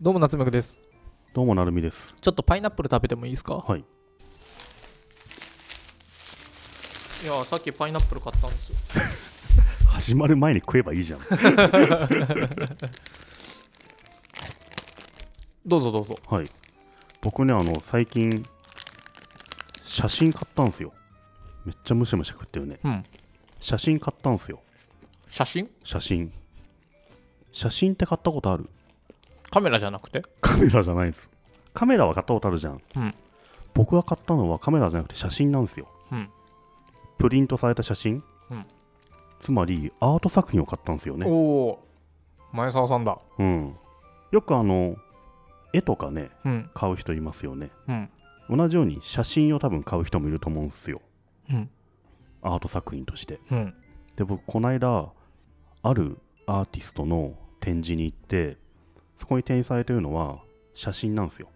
どうも夏目くですどうもなるみです。ちょっとパイナップル食べてもいいですかはい。いやさっきパイナップル買ったんですよ始まる前に食えばいいじゃん。どうぞどうぞはい。僕ね、あの、最近、写真買ったんすよ。めっちゃむしゃむしゃ食ってるね。うん写真買ったんすよ。写真写真。写真って買ったことあるカメラじゃなくてカメラじゃないです。カメラは買ったことあるじゃん。うん僕が買ったのはカメラじゃなくて写真なんですよ。うんプリントされた写真。うんつまり、アート作品を買ったんですよね。おお前澤さんだうん。よくあの、絵とかね、うん買う人いますよね。うん同じように写真を多分買う人もいると思うんですようんアート作品としてうんで僕この間あるアーティストの展示に行ってそこに展示されてるのは写真なんですよ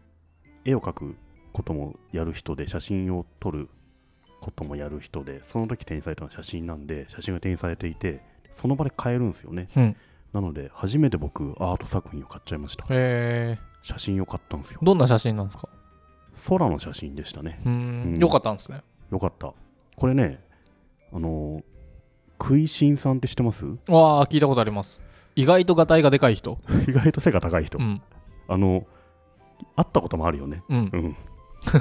絵を描くこともやる人で写真を撮ることもやる人でその時展示されたのは写真なんで写真が展示されていてその場で買えるんですよねうんなので初めて僕アート作品を買っちゃいましたえ写真を買ったんですよー、どんな写真なんですか空の写真でしたねうーうんんよかったんですねよかった。これね、あのー、食いしんさんって知ってます わあ聞いたことあります意外とガタイがでかい人意外と背が高い人。うんあの、会ったこともあるよね。うんうん。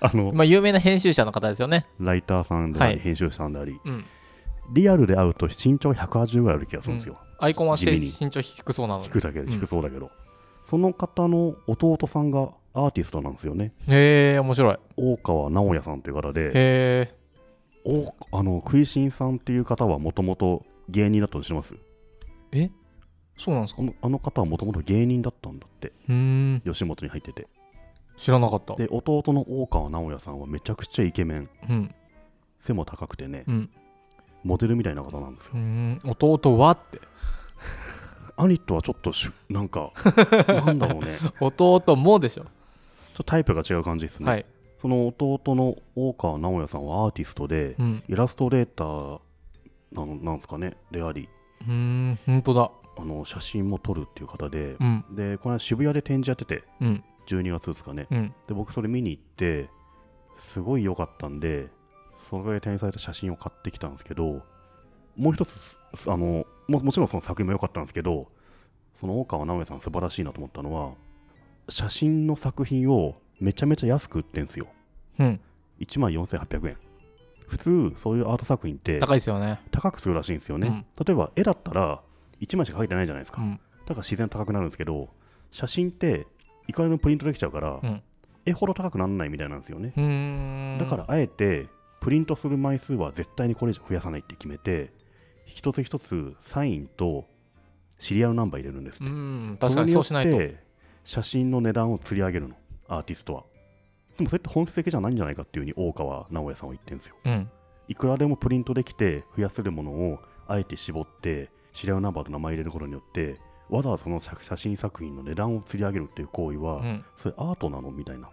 あの、まあ有名な編集者の方ですよねライターさんであり、はい編集者さんであり、うんリアルで会うと身長180ぐらいある気がするんですよ。アイコンはして地味に身長低そうなのに低いだけんで、低そうだけど。その方の弟さんがアーティストなんですよね。へえ面白い大川直也さんという方で、へえおあの食いしんさんっていう方はもともと芸人だったとしてますそうなんですかこうのあの方はもともと芸人だったんだってーん吉本に入ってて知らなかったで弟の大川直也さんはめちゃくちゃイケメンうん背も高くてねうんモデルみたいな方なんですようーん弟はって兄とはちょっとしゅなんか なんだろうねちょっ弟もでしょ、とタイプが違う感じですね、はい、その弟の大川直也さんはアーティストでうんイラストレーターなのなんですかねでありうーん本当だあの写真も撮るっていう方でうんでこの間渋谷で展示やっててうん12月ですかねうんで僕それ見に行ってすごい良かったんでそれで展示された写真を買ってきたんですけどもう一つすあのももちろんその作品も良かったんですけどその大川直哉さん素晴らしいなと思ったのは写真の作品をめちゃめちゃ安く売ってんですようん1万4800円普通そういうアート作品って高いですよね高くするらしいんですよね、うん例えば絵だったら1枚しか描いてないじゃないですうか、んだから自然高くなるんですけど写真っていくらでもプリントできちゃうから、うん絵ほど高くならないみたいなんですよねうーんだからあえてプリントする枚数は絶対にこれ以上増やさないって決めて一つ一つサインとシリアルナンバー入れるんですうってん確かにそうしないそれとによって写真の値段を釣り上げるのアーティストはでもそれって本質的じゃないんじゃないかっていうふうに大川直哉さんは言ってるんですようんいくらでもプリントできて増やせるものをあえて絞ってシリアルナンバーと名前入れることによってわざわざその写写真作品の値段を釣り上げるっていう行為は、うんそれアートなのみたいな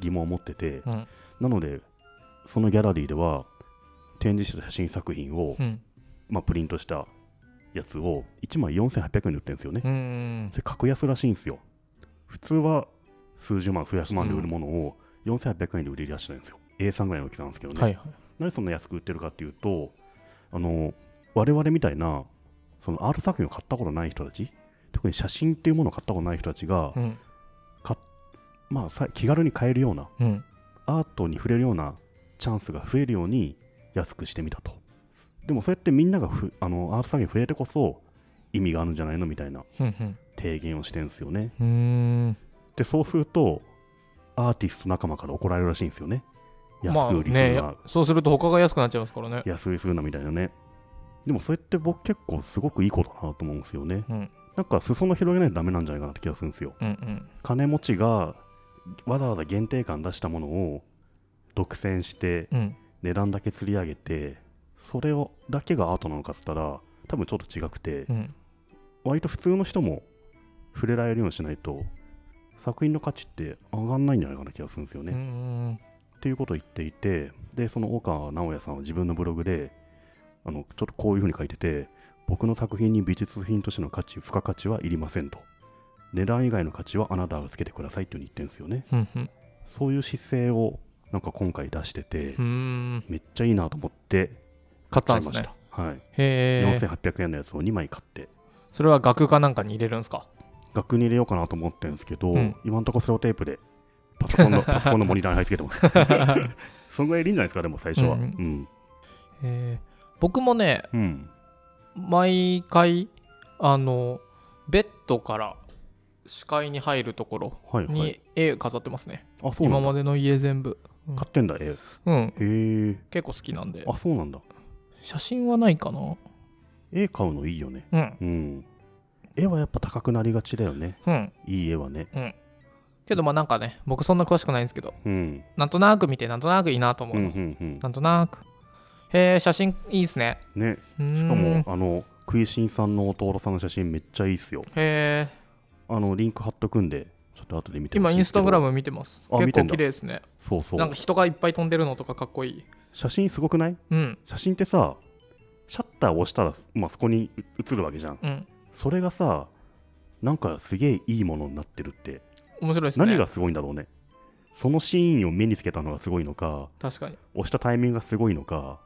疑問を持ってて、うんなので、そのギャラリーでは、展示してた写真作品を、うんまあ、プリントしたやつを1枚4800円で売ってるんですよね。うんそれ格安らしいんですよ。普通は数十万、数百万で売るものを4800円で売り出してるんですよ。A3 ぐらいの大きさなんですけどね。はいはいなんでそんな安く売ってるかっていうと、あの、我々みたいな、そのアート作品を買ったことない人たち、特に写真っていうものを買ったことない人たちが、うんまあさ、気軽に買えるようなうんアートに触れるようなチャンスが増えるように安くしてみたとでもそうやってみんながふあのアート作品に触れてこそ意味があるんじゃないのみたいなうんうん提言をしてんすよねうーんでそうするとアーティスト仲間から怒られるらしいんですよねま安あく売りするねな、そうすると他が安くなっちゃいますからね安売りするなみたいなねでもそれって僕結構すごくいいことだなと思うんですよねうんなんか裾野広げないとダメなんじゃないかなって気がするんですようんうん金持ちがわざわざ限定感出したものを独占してうん値段だけ釣り上げてそれをだけがアートなのかっつったら多分ちょっと違くてうん割と普通の人も触れられるようにしないと作品の価値って上がんないんじゃないかな気がするんですようね。んっていうことを言っていてでその大川直哉さんは自分のブログであのちょっとこういうふうに書いてて僕の作品に美術品としての価値付加価値はいりませんと値段以外の価値はあなたがつけてくださいっていうふうに言ってるんですよねうんうんそういう姿勢をなんか今回出してて、うーんめっちゃいいなと思って買ったん買いでますしねた、はい、へえ4800円のやつを2枚買ってそれは額かなんかに入れるんですか額に入れようかなと思ってるんですけど、うん今のところセロテープでパソコ ンのパソコンのモニターに貼り付けてますそんぐらいでいいんじゃないですかでも最初はううんんへえ僕もねうん、毎回あのベッドから視界に入るところはいはいに絵飾ってますね、あそうな今んだまでの家全部買ってんだ絵へうんえ結構好きなんであそうなんだ写真はないかな絵買うのいいよねうんうん絵はやっぱ高くなりがちだよねうんいい絵はねけどまあなんかね僕そんな詳しくないんですけどうんなんとなく見てなんとなくいいなと思ううんの、うんなんとなくへえ写真いいですねうんねうーんしかもあの食いしんさんの弟さんの写真めっちゃいいっすよへえあのリンク貼っとくんでちょっと後で見てほ今しいイでンすスけどタグラム見てますあ結見て構ん綺だ麗ですねそうそなんうか人がいっぱい飛んでるのとかかっこいい写真すごくないうん写真ってさシャッターを押したら、まあ、そこにう映るわけじゃんうんそれがさなんかすげえいいものになってるって、面白いですね何がすごいんだろうねそのシーンを目につけたのがすごいのか確かに押したタイミングがすごいのか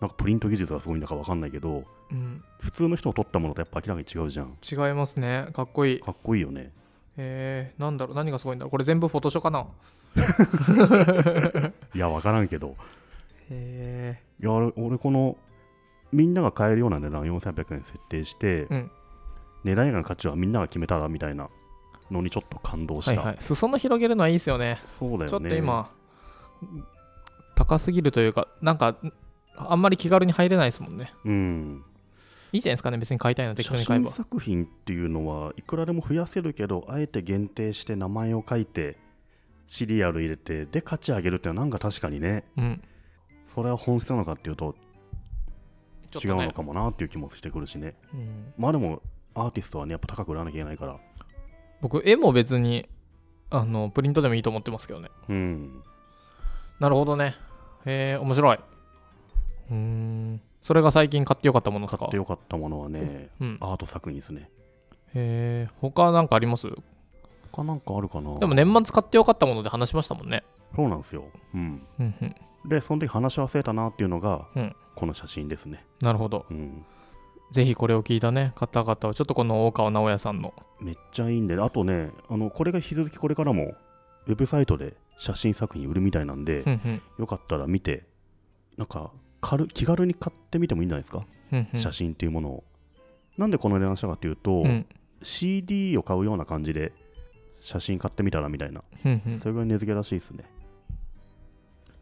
なんかプリント技術がすごいのかわかんないけどうん普通の人の撮ったものとやっぱ明らかに違うじゃん違いますねかっこいいかっこいいよねえー、なんだろう何がすごいんだろうこれ全部フォトショーかないやわからんけどへいや俺俺このみんなが買えるような値段4800円設定して、うん値段以外の価値はみんなが決めたらみたいなのにちょっと感動しえ、はた、いはい、裾の広げるのはいいですよねそうだよねちょっと今高すぎるというかなんかあんまり気軽に入れないですもんねうん、いいじゃないですかね別に買いたいの適当写に買え真ば作品っていうのはいくらでも増やせるけどあえて限定して名前を書いてシリアル入れてで価値上げるっていうのはなんか確かにねうんそれは本質なのかっていうとちょっ違とうねのかもなっていう気もしてくるしねうんまあでもアーティストはねやっぱ高く売らなきゃいけないから僕絵も別にあのプリントでもいいと思ってますけどねうんなるほどねへえ面白いうーんそれが最近買ってよかったものです買かってよかったものはね、うん、アート作品ですねへえ他なんかあります他なんかあるかなでも年末買ってよかったもので話しましたもんねそうなんですよ、うん、うんうんでその時話し忘れたなっていうのが、うんこの写真ですね、なるほどうん、ぜひこれを聞いたね方々はちょっとこの大川直哉さんのめっちゃいいんであとねあのこれが引き続きこれからもウェブサイトで写真作品売るみたいなんで、うんうんよかったら見てなんか軽気軽に買ってみてもいいんじゃないですか、うんうん写真っていうものをなんでこの値段したかっていううと、ん CD を買うような感じで写真買ってみたらみたいな、うんうんそれぐらい値付けらしいですね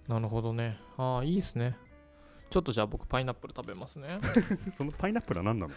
なるほどねああいいですねちょっとじゃあ僕パイナップル食べますねそのパイナップルは何なの